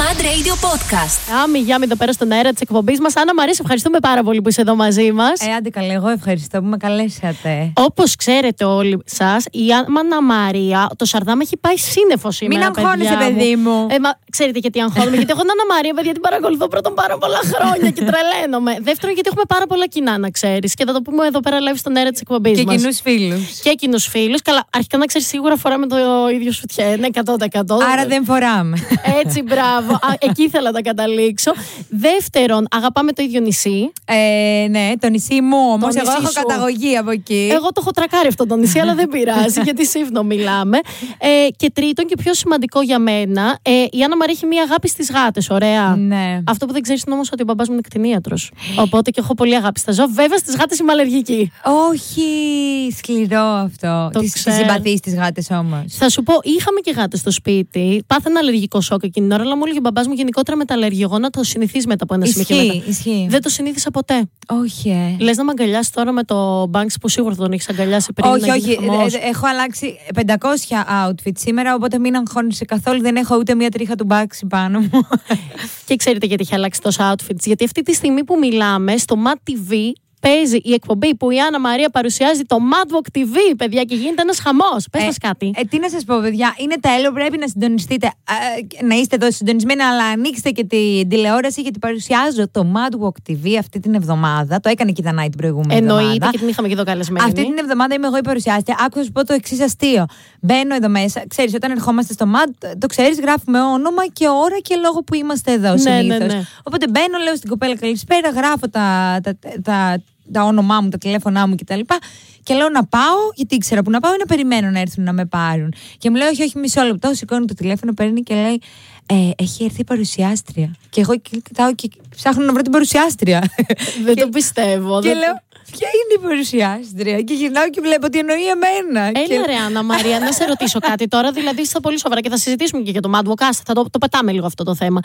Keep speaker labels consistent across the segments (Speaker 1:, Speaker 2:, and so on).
Speaker 1: Mad Radio Podcast.
Speaker 2: Άμι, Γιάμι, εδώ πέρα στον αέρα της εκπομπής μας. Άννα Μαρίς, ευχαριστούμε πάρα πολύ που είσαι εδώ μαζί μας.
Speaker 3: Ε, άντε καλά, εγώ ευχαριστώ που με καλέσατε.
Speaker 2: Όπως ξέρετε όλοι σας, η Άννα Μαρία, το Σαρδάμ έχει πάει σύννεφο σήμερα.
Speaker 3: Μην αγχώνεσαι,
Speaker 2: παιδιά μου.
Speaker 3: παιδί μου.
Speaker 2: Ε, μα, ξέρετε γιατί αγχώνομαι. γιατί έχω την Άννα Μαρία, παιδιά, την παρακολουθώ πρώτον πάρα πολλά χρόνια και τρελαίνομαι. Δεύτερον, γιατί έχουμε πάρα πολλά κοινά, να ξέρεις. Και θα το πούμε εδώ πέρα live στον αέρα της εκπομπής
Speaker 3: και
Speaker 2: μας.
Speaker 3: κοινούς φίλους.
Speaker 2: Και κοινούς φίλους. Καλά, αρχικά να ξέρεις σίγουρα φοράμε το ίδιο ναι, σουτιέν 100%.
Speaker 3: Άρα δεν φοράμε.
Speaker 2: Έτσι, μπράβο. Α, εκεί ήθελα να καταλήξω. Δεύτερον, αγαπάμε το ίδιο νησί.
Speaker 3: Ε, ναι, το νησί μου όμως.
Speaker 2: Το
Speaker 3: Εγώ
Speaker 2: νησί
Speaker 3: έχω
Speaker 2: σου.
Speaker 3: καταγωγή από εκεί.
Speaker 2: Εγώ το έχω τρακάρει αυτό το νησί, αλλά δεν πειράζει, γιατί σύμφωνο μιλάμε. Ε, και τρίτον, και πιο σημαντικό για μένα, ε, η Άννα Μαρία έχει μία αγάπη στις γάτες, ωραία.
Speaker 3: Ναι.
Speaker 2: Αυτό που δεν ξέρεις είναι όμως ότι ο μπαμπάς μου είναι κτηνίατρος. Οπότε και έχω πολύ αγάπη στα ζώα. Βέβαια, στις γάτες είμαι αλλεργική.
Speaker 3: Όχι, σκληρό αυτό.
Speaker 2: Το
Speaker 3: Τις, τις
Speaker 2: ξέρω.
Speaker 3: συμπαθείς τις γάτες όμως.
Speaker 2: Θα σου πω, είχαμε και γάτες στο σπίτι. Πάθαινα αλλεργικό σοκ εκείνη την ώρα, αλλά μου έλεγε ο μπαμπάς μου γενικότερα με τα αλλεργιογόνα το συνηθίζεις μετά από ένα σημείο και μετά.
Speaker 3: Ισχύει, ισχύει.
Speaker 2: Δεν το συνήθισα ποτέ.
Speaker 3: Όχι, ε.
Speaker 2: Λες να με αγκαλιάσει τώρα με το Banks που σίγουρα θα τον έχεις αγκαλιάσει πριν.
Speaker 3: Όχι,
Speaker 2: να γίνει
Speaker 3: όχι.
Speaker 2: χαμός.
Speaker 3: Ε, ε, Έχω αλλάξει 500 outfit σήμερα, οπότε μην αγχώνεσαι καθόλου. Δεν έχω ούτε μία τρίχα του μπάξι πάνω μου.
Speaker 2: Και ξέρετε γιατί έχει αλλάξει τόσα outfits. Γιατί αυτή τη στιγμή που μιλάμε στο Mad TV παίζει η εκπομπή που η Άννα Μαρία παρουσιάζει το Madwalk TV, παιδιά, και γίνεται ένας χαμός. Πες μας κάτι.
Speaker 3: Ε, τι να σας πω, παιδιά, είναι τέλειο. Πρέπει να συντονιστείτε. Ε, να είστε εδώ συντονισμένοι, αλλά ανοίξτε και την τηλεόραση γιατί παρουσιάζω το Mad Walk TV αυτή την εβδομάδα. Το έκανε και η Δανάη την προηγούμενη
Speaker 2: Εννοείται
Speaker 3: εβδομάδα.
Speaker 2: και την είχαμε και εδώ καλεσμένη.
Speaker 3: Αυτή την εβδομάδα είμαι εγώ η παρουσιάστρια. Άκουσα να σου πω το εξής αστείο. Μπαίνω εδώ μέσα. Ξέρεις, όταν ερχόμαστε στο ΜΑΤ, το ξέρεις, γράφουμε όνομα και ώρα και λόγο που είμαστε εδώ
Speaker 2: Ναι, ναι,
Speaker 3: συνήθως.
Speaker 2: ναι.
Speaker 3: Οπότε μπαίνω, λέω στην κοπέλα καλησπέρα, γράφω τα, τα, τα, τα, τα όνομά μου, τα τηλέφωνά μου κτλ. Και λέω να πάω, γιατί ήξερα που να πάω ή να περιμένω να έρθουν να με πάρουν. Και μου λέει, Όχι, όχι, μισό λεπτό. Σηκώνει το τηλέφωνο, παίρνει και λέει, ε, Έχει έρθει η παρουσιάστρια. Και εγώ κοιτάω και ψάχνω να βρω την παρουσιάστρια.
Speaker 2: Δεν το πιστεύω.
Speaker 3: Και
Speaker 2: δεν-
Speaker 3: λέω, ποια είναι η παρουσιάστρια. Και γυρνάω και βλέπω ότι εννοεί εμένα.
Speaker 2: Έλα
Speaker 3: και...
Speaker 2: ρε Άννα Μαρία, να σε ρωτήσω κάτι τώρα, δηλαδή είσαι πολύ σοβαρά και θα συζητήσουμε και για το Mad Walk, άστα, θα το, το πετάμε λίγο αυτό το θέμα.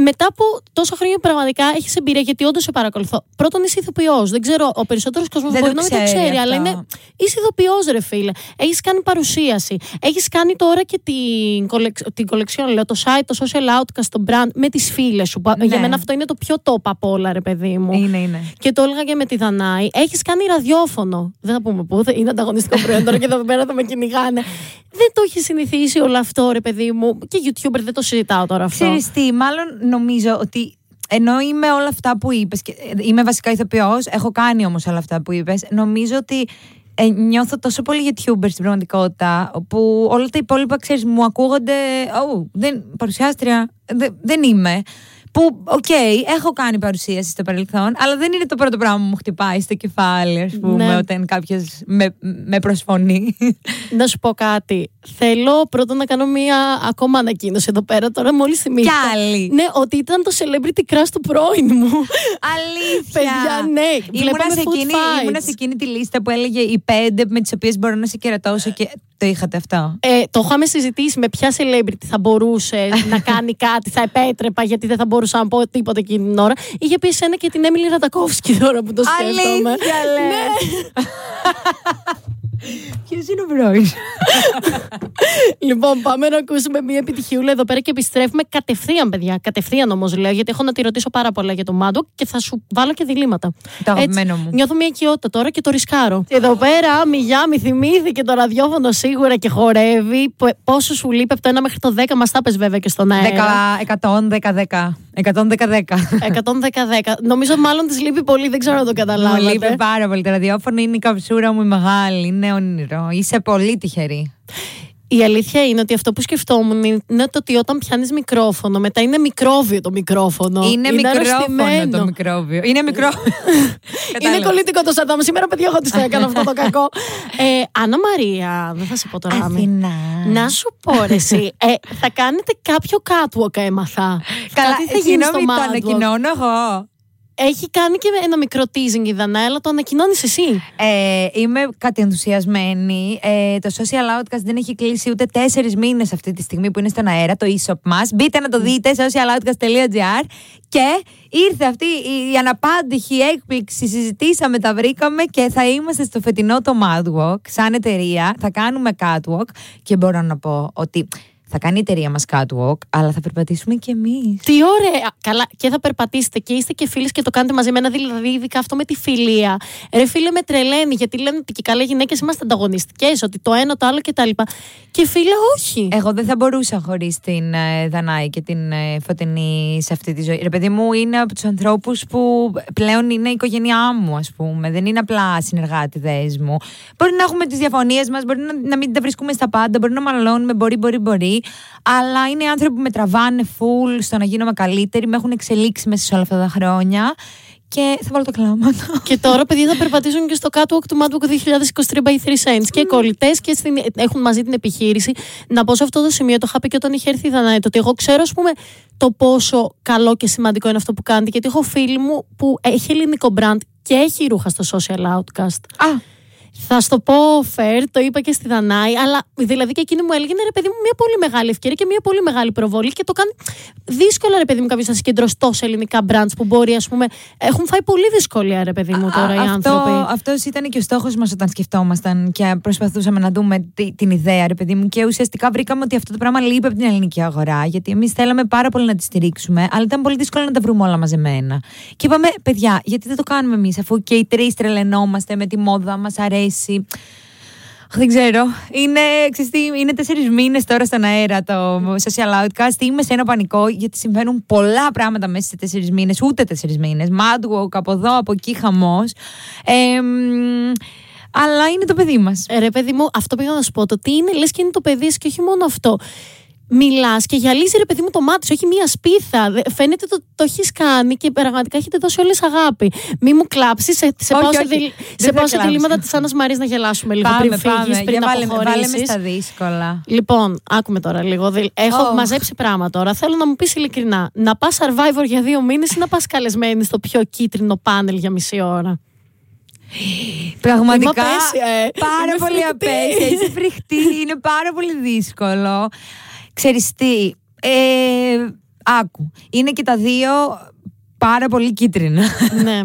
Speaker 2: Μετά από τόσα χρόνια που πραγματικά έχεις εμπειρία, γιατί όντως σε παρακολουθώ. Πρώτον, είσαι ηθοποιός. Δεν ξέρω, ο περισσότερος κόσμος
Speaker 3: Δεν
Speaker 2: μπορεί
Speaker 3: το
Speaker 2: να μην το
Speaker 3: ξέρει
Speaker 2: ξέρει, αλλά
Speaker 3: αυτό.
Speaker 2: είναι. Είσαι ηθοποιός, ρε φίλε. Έχεις κάνει παρουσίαση. Έχεις κάνει τώρα και την, κολεξ... την κολεξιόν, λέω, το site, το social outcast, το brand με τις φίλες σου. που Για μένα αυτό είναι το πιο top απ' όλα, ρε παιδί μου.
Speaker 3: Ναι. Είναι, είναι.
Speaker 2: Και το έλεγα και με τη Δανάη. Έχεις κάνει ραδιόφωνο. Δεν θα πούμε πού, θα- είναι ανταγωνιστικό προϊόν τώρα και εδώ πέρα θα με κυνηγάνε. Δεν το έχει συνηθίσει όλο αυτό, ρε παιδί μου. Και YouTuber δεν το συζητάω τώρα αυτό.
Speaker 3: Ξέρεις τι, μάλλον νομίζω ότι ενώ είμαι όλα αυτά που είπες, και ε, είμαι βασικά ηθοποιός, έχω κάνει όμως όλα αυτά που είπες, νομίζω ότι ε, νιώθω τόσο πολύ YouTuber στην πραγματικότητα, που όλα τα υπόλοιπα, ξέρεις, μου ακούγονται, «Ω, δεν, παρουσιάστρια, δε- δεν είμαι. Που, οκ, έχω κάνει παρουσίαση στο παρελθόν, αλλά δεν είναι το πρώτο πράγμα που μου χτυπάει στο κεφάλι, ας πούμε,
Speaker 2: Ναι.
Speaker 3: όταν κάποιος με, με προσφωνεί.
Speaker 2: Να σου πω κάτι. Θέλω πρώτον να κάνω μία ακόμα ανακοίνωση εδώ πέρα. Τώρα μόλις θυμήθηκα.
Speaker 3: Κι άλλη.
Speaker 2: Ναι, ότι ήταν το celebrity crush του πρώην μου.
Speaker 3: Αλήθεια.
Speaker 2: Παιδιά, ναι.
Speaker 3: Ήμουνα
Speaker 2: Βλέπαμε
Speaker 3: σε,
Speaker 2: food
Speaker 3: εκείνη,
Speaker 2: fights.
Speaker 3: ήμουνα σε εκείνη τη λίστα που έλεγε οι πέντε με τις οποίες μπορώ να σε κερατώσω και. Το είχατε αυτό.
Speaker 2: Ε, το είχαμε συζητήσει με ποια celebrity θα μπορούσε να κάνει κάτι, θα επέτρεπα, γιατί δεν θα μπορούσα να πω τίποτα εκείνη την ώρα. Είχε πει εσένα και την Έμιλι Ραντακόφσκι τώρα που το σκέφτομαι. Ναι.
Speaker 3: Ποιος είναι ο πρώην.
Speaker 2: Λοιπόν, πάμε να ακούσουμε μια επιτυχιούλα εδώ πέρα και επιστρέφουμε κατευθείαν, παιδιά. Κατευθείαν όμως λέω, γιατί έχω να τη ρωτήσω πάρα πολλά για το Μάντο και θα σου βάλω και διλήμματα.
Speaker 3: Το αγαπημένο μου.
Speaker 2: Νιώθω μια οικειότητα τώρα και το ρισκάρω. Και εδώ πέρα, άμι γιάμι, θυμήθηκε το ραδιόφωνο σίγουρα και χορεύει. Πο- Πόσο σου λείπει από το 1 μέχρι το 10, μας τα πες βέβαια και στον αέρα.
Speaker 3: 110-10. 110-10.
Speaker 2: 110-10. Νομίζω μάλλον της λείπει πολύ, δεν ξέρω αν το
Speaker 3: Μου
Speaker 2: καταλάβατε.
Speaker 3: λείπει πάρα πολύ το ραδιόφωνο. Είναι η καψούρα μου η μεγάλη. Είναι όνειρο. Είσαι πολύ τυχερή.
Speaker 2: Η αλήθεια είναι ότι αυτό που σκεφτόμουν είναι το ότι όταν πιάνεις μικρόφωνο, μετά είναι μικρόβιο το μικρόφωνο.
Speaker 3: Είναι, μικρόφωνο
Speaker 2: αρρωστημένο.
Speaker 3: το μικρόβιο. Είναι μικρό.
Speaker 2: Είναι
Speaker 3: Κατάλαβα.
Speaker 2: κολλητικό το Σαντάμ. Σήμερα, παιδιά, εγώ της το έκανα αυτό το κακό. Ε, Άννα Μαρία, δεν θα σε πω τώρα. Άμι.
Speaker 3: Αθηνά.
Speaker 2: Να σου πω, ρε, εσύ, ε, θα κάνετε κάποιο catwalk, έμαθα.
Speaker 3: Καλά,
Speaker 2: Κάτι θα γίνει στο
Speaker 3: συγγνώμη, το
Speaker 2: Mad Walk.
Speaker 3: ανακοινώνω εγώ.
Speaker 2: Έχει κάνει και ένα μικρό teasing η Δανά, αλλά το ανακοινώνεις εσύ.
Speaker 3: Ε, είμαι κατενθουσιασμένη. Ε, το social outcast δεν έχει κλείσει ούτε τέσσερις μήνες αυτή τη στιγμή που είναι στον αέρα, το e-shop μας. Μπείτε να το δείτε, socialoutcast.gr. Και ήρθε αυτή η, η αναπάντηχη έκπληξη. Συζητήσαμε, τα βρήκαμε και θα είμαστε στο φετινό το Mad Walk σαν εταιρεία. Θα κάνουμε catwalk και μπορώ να πω ότι Θα κάνει η εταιρεία μας catwalk, αλλά θα περπατήσουμε κι εμείς.
Speaker 2: Τι ωραία! Καλά, και θα περπατήσετε και είστε και φίλες και το κάνετε μαζί με ένα δηλαδή, ειδικά αυτό με τη φιλία. Ρε φίλε, με τρελαίνει, γιατί λένε ότι και καλά γυναίκες είμαστε ανταγωνιστικές, ότι το ένα το άλλο κτλ. Και φίλε, όχι.
Speaker 3: Εγώ δεν θα μπορούσα χωρίς την ε, Δανάη και την ε, Φωτεινή σε αυτή τη ζωή. Ρε παιδί μου, είναι από τους ανθρώπους που πλέον είναι η οικογένειά μου, ας πούμε. Δεν είναι απλά συνεργάτηδες μου. Μπορεί να έχουμε τις διαφωνίες μας, μπορεί να, να μην τα βρίσκουμε στα πάντα, μπορεί να μαλώνουμε, μπορεί, μπορεί, μπορεί. Αλλά είναι άνθρωποι που με τραβάνε full στο να γίνομαι καλύτερη, με έχουν εξελίξει μέσα σε όλα αυτά τα χρόνια. Και θα βάλω τα κλάματα.
Speaker 2: και τώρα, παιδιά, θα περπατήσουν και στο catwalk του Madwalk 2023 by 3 cents. Και κολλητές και στην... έχουν μαζί την επιχείρηση. Να πω σε αυτό το σημείο, το είχα πει και όταν είχε έρθει η Δανάη, το ότι εγώ ξέρω, ας πούμε, το πόσο καλό και σημαντικό είναι αυτό που κάνετε. Γιατί έχω φίλη μου που έχει ελληνικό brand και έχει ρούχα στο social outcast.
Speaker 3: Α,
Speaker 2: Θα στο πω φερ, το είπα και στη Δανάη, αλλά δηλαδή και εκείνη μου έλεγε ναι, ρε παιδί μου, μια πολύ μεγάλη ευκαιρία και μια πολύ μεγάλη προβολή και το κάνει δύσκολα, ρε παιδί μου, κάποιος να συγκεντρώσει τόσα ελληνικά brands που μπορεί, ας πούμε. Έχουν φάει πολύ δυσκολία, ρε παιδί μου, τώρα οι
Speaker 3: αυτό,
Speaker 2: άνθρωποι.
Speaker 3: αυτός ήταν και ο στόχος μας όταν σκεφτόμασταν και προσπαθούσαμε να δούμε τι- την ιδέα, ρε παιδί μου. Και ουσιαστικά βρήκαμε ότι αυτό το πράγμα λείπει από την ελληνική αγορά. Γιατί εμείς θέλαμε πάρα πολύ να τη στηρίξουμε, αλλά ήταν πολύ δύσκολο να τα βρούμε όλα μαζεμένα. Και είπαμε, παιδιά, γιατί δεν το κάνουμε εμείς αφού και οι τρεις τρελαινόμαστε με τη μόδα, μας αρέσει. Αχ, Δεν ξέρω. Είναι, ξέρεις τι, είναι τέσσερις μήνες τώρα στον αέρα το social outcast. Είμαι σε ένα πανικό γιατί συμβαίνουν πολλά πράγματα μέσα σε τέσσερις μήνες, ούτε τέσσερις μήνες. Madwalk από εδώ, από εκεί, χαμός. αλλά είναι το παιδί μας.
Speaker 2: Ε, Ρε παιδί μου, αυτό πήγα να σου πω. Το τι είναι, λες και είναι το παιδί σου και όχι μόνο αυτό. Μιλάς και γυαλίζεις ρε παιδί μου το μάτι σου, έχει μία σπίθα. Δε- Φαίνεται το, το έχεις κάνει και πραγματικά έχετε δώσει όλες αγάπη. Μη μου κλάψεις, σε, σε
Speaker 3: Όχι,
Speaker 2: πάω σε,
Speaker 3: όχι.
Speaker 2: διλ-
Speaker 3: Δεν
Speaker 2: σε,
Speaker 3: θα
Speaker 2: πάω σε
Speaker 3: κλάψω.
Speaker 2: διλήμματα της Άννας Μαρή να γελάσουμε λίγο πριν φύγει, πριν
Speaker 3: Για βάλε, με- βάλε με
Speaker 2: αποχωρήσει.
Speaker 3: στα δύσκολα.
Speaker 2: Λοιπόν, άκουμε τώρα λίγο. Δη- Έχω
Speaker 3: Oh.
Speaker 2: μαζέψει πράγμα τώρα. Θέλω να μου πεις ειλικρινά, να πας survivor για δύο μήνες ή να πας καλεσμένη στο πιο κίτρινο πάνελ για μισή ώρα.
Speaker 3: Πραγματικά.
Speaker 2: Είμαι απέσια, ε.
Speaker 3: Πάρα
Speaker 2: Είμαι
Speaker 3: πολύ
Speaker 2: φρικτή.
Speaker 3: απέσια. Είσαι φρικτή. Είναι πάρα πολύ δύσκολο. Ξέρεις τι. Ε, άκου. Είναι και τα δύο πάρα πολύ κίτρινα.
Speaker 2: ναι.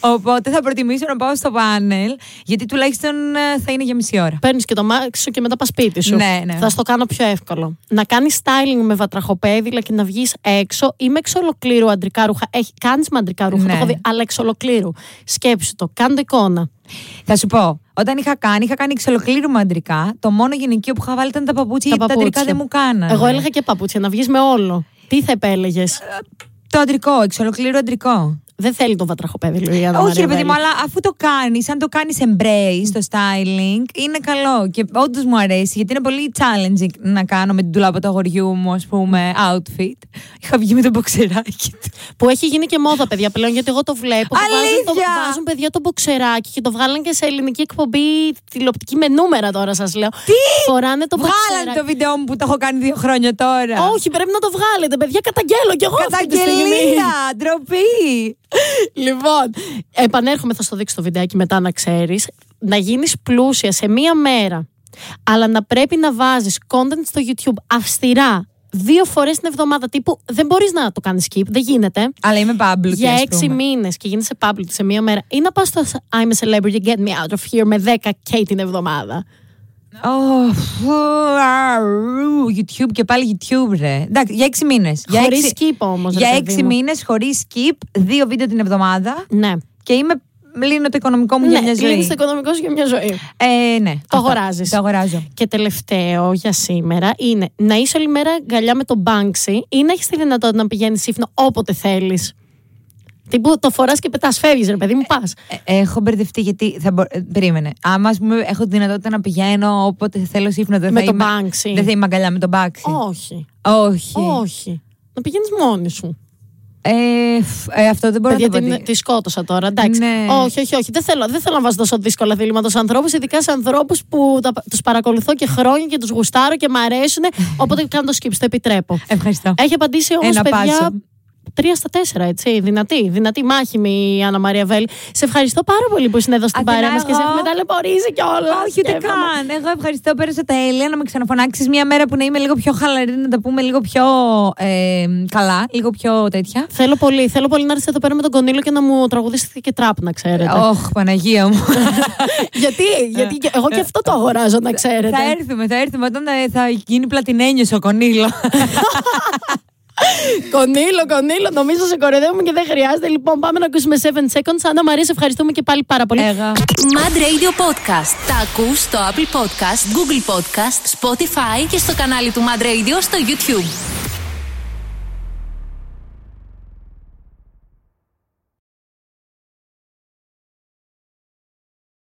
Speaker 3: Οπότε θα προτιμήσω να πάω στο πάνελ, γιατί τουλάχιστον ε, θα είναι για μισή ώρα.
Speaker 2: Παίρνεις και το μάξι σου και μετά πας σπίτι σου.
Speaker 3: Ναι, ναι.
Speaker 2: Θα στο κάνω πιο εύκολο. Να κάνεις styling με βατραχοπέδιλα και να βγεις έξω ή με εξ ολοκλήρου αντρικά ρούχα. Κάνεις με αντρικά ρούχα,
Speaker 3: Ναι.
Speaker 2: το έχω δει, αλλά εξ ολοκλήρου. Σκέψου το, κάντε εικόνα.
Speaker 3: Θα σου πω, όταν είχα κάνει, είχα κάνει εξολοκλήρου μαντρικά. Το μόνο γυναικείο που είχα βάλει ήταν τα παπούτσια,
Speaker 2: Τα
Speaker 3: γιατί τα
Speaker 2: παπούτσια.
Speaker 3: αντρικά δεν μου κάνανε.
Speaker 2: Εγώ έλεγα και παπούτσια, να βγεις με όλο. Τι θα επέλεγες.
Speaker 3: Το αντρικό, εξολοκλήρου αντρικό.
Speaker 2: Δεν θέλει το βατραχοπέδιλο η Άννα
Speaker 3: Όχι,
Speaker 2: Μαρία
Speaker 3: ρε παιδί
Speaker 2: Βέλη.
Speaker 3: μου, αλλά αφού το κάνεις, αν το κάνεις embrace το styling, είναι καλό. Και όντως μου αρέσει, γιατί είναι πολύ challenging να κάνω με την τουλάπα του αγοριού μου, ας πούμε, outfit. Είχα βγει με το μποξεράκι του.
Speaker 2: Που έχει γίνει και μόδα, παιδιά, πλέον. Γιατί εγώ το βλέπω. που Βάζουν, το,
Speaker 3: Αλήθεια!
Speaker 2: βάζουν παιδιά το μποξεράκι και το βγάλαν και σε ελληνική εκπομπή τηλεοπτική με νούμερα τώρα, σας λέω. Τι! Φοράνε το
Speaker 3: Βγάλανε
Speaker 2: μποξεράκι.
Speaker 3: το βίντεο μου που το έχω κάνει δύο χρόνια τώρα.
Speaker 2: Όχι, πρέπει να το βγάλετε, παιδιά. Καταγγέλλω κι εγώ. αυτή τη στιγμή.
Speaker 3: Ε. Καταγγελία, ντροπή.
Speaker 2: λοιπόν, επανέρχομαι, θα στο δείξω το βιντεάκι μετά να ξέρεις. Να γίνεις πλούσια σε μία μέρα. Αλλά να πρέπει να βάζεις content στο YouTube αυστηρά δύο φορές την εβδομάδα. Τύπου δεν μπορείς να το κάνεις skip, δεν γίνεται.
Speaker 3: Αλλά είμαι πάμπλουκη.
Speaker 2: για
Speaker 3: ας
Speaker 2: έξι
Speaker 3: πούμε.
Speaker 2: μήνες και γίνεσαι public σε μία μέρα ή να πας στο I'm a celebrity, get me out of here με 10k την εβδομάδα.
Speaker 3: Ω, φου, αρου, YouTube και πάλι YouTube, ρε. Εντάξει, για έξι μήνες.
Speaker 2: Χωρίς skip όμως, ρε
Speaker 3: Για
Speaker 2: παιδί
Speaker 3: έξι
Speaker 2: μου.
Speaker 3: μήνες χωρίς skip, δύο βίντεο την εβδομάδα
Speaker 2: Ναι.
Speaker 3: και είμαι. Λύνω το οικονομικό μου για μια
Speaker 2: ναι,
Speaker 3: ζωή.
Speaker 2: λύνεις το οικονομικό σου για μια ζωή.
Speaker 3: Ε, ναι.
Speaker 2: Το
Speaker 3: αυτό.
Speaker 2: αγοράζεις.
Speaker 3: Το αγοράζω.
Speaker 2: Και τελευταίο για σήμερα είναι να είσαι όλη μέρα αγκαλιά με τον Banksy ή να έχεις τη δυνατότητα να πηγαίνεις ύφνο όποτε θέλεις. Τύπου το φοράς και πετάς, φεύγεις, ρε παιδί μου, πας.
Speaker 3: Ε, έχω μπερδευτεί γιατί. Θα μπο... ε, περίμενε. Άμα ας πούμε, έχω τη δυνατότητα να πηγαίνω όποτε θέλω σύμφωνα. Δεν
Speaker 2: Με
Speaker 3: θα
Speaker 2: τον
Speaker 3: είμαι...
Speaker 2: Banksy.
Speaker 3: Δεν θα είμαι αγκαλιά με τον Banksy.
Speaker 2: Όχι.
Speaker 3: Όχι.
Speaker 2: Όχι. Να πηγαίνεις μόνη σου.
Speaker 3: Ε, φ, ε, αυτό δεν μπορώ
Speaker 2: Παιδιά,
Speaker 3: να το πω.
Speaker 2: την,
Speaker 3: ότι-
Speaker 2: τη σκότωσα τώρα, εντάξει.
Speaker 3: Ναι.
Speaker 2: Όχι, όχι, όχι. Δεν θέλω, δεν θέλω να βάζω τόσο δύσκολα διλήμματα στους ανθρώπους, ειδικά σε ανθρώπους που τους παρακολουθώ και χρόνια και τους γουστάρω και μ' αρέσουν. Οπότε κάνω το σκύψη, το επιτρέπω. Ε,
Speaker 3: Ευχαριστώ.
Speaker 2: Έχει απαντήσει όμως,
Speaker 3: Ένα
Speaker 2: παιδιά,
Speaker 3: πάσο.
Speaker 2: Τρία στα τέσσερα, έτσι. Δυνατή, δυνατή μάχη με η Άννα Μαρία Βέλ. Σε ευχαριστώ πάρα πολύ που ήσουν εδώ στην
Speaker 3: Αθηνά,
Speaker 2: παρέα μας και σε
Speaker 3: εγώ.
Speaker 2: έχουμε ταλαιπωρήσει κιόλας.
Speaker 3: Όχι, ούτε καν. Εγώ ευχαριστώ. Πέρασα τέλεια να με ξαναφωνάξεις μια μέρα που να είμαι λίγο πιο χαλαρή, να τα πούμε λίγο πιο ε, καλά, λίγο πιο τέτοια.
Speaker 2: Θέλω πολύ, θέλω πολύ να έρθεις εδώ πέρα με τον Κονίλο και να μου τραγουδήσετε και τραπ, να ξέρετε.
Speaker 3: Ωχ, Παναγία μου.
Speaker 2: γιατί, γιατί και- εγώ και αυτό το αγοράζω, να ξέρετε.
Speaker 3: θα έρθουμε, θα έρθουμε όταν ε, θα γίνει πλατινένιος ο Κονίλος.
Speaker 2: Κονίλο, κονίλο, νομίζω σε κορεδεύουμε και δεν χρειάζεται. Λοιπόν, πάμε να ακούσουμε 7 seconds. Άννα Μαρία, σε ευχαριστούμε και πάλι πάρα πολύ.
Speaker 3: Εγώ.
Speaker 1: Mad Radio Podcast. Τα ακούς στο Apple Podcast, Google Podcast, Spotify και στο κανάλι του Mad Radio στο YouTube.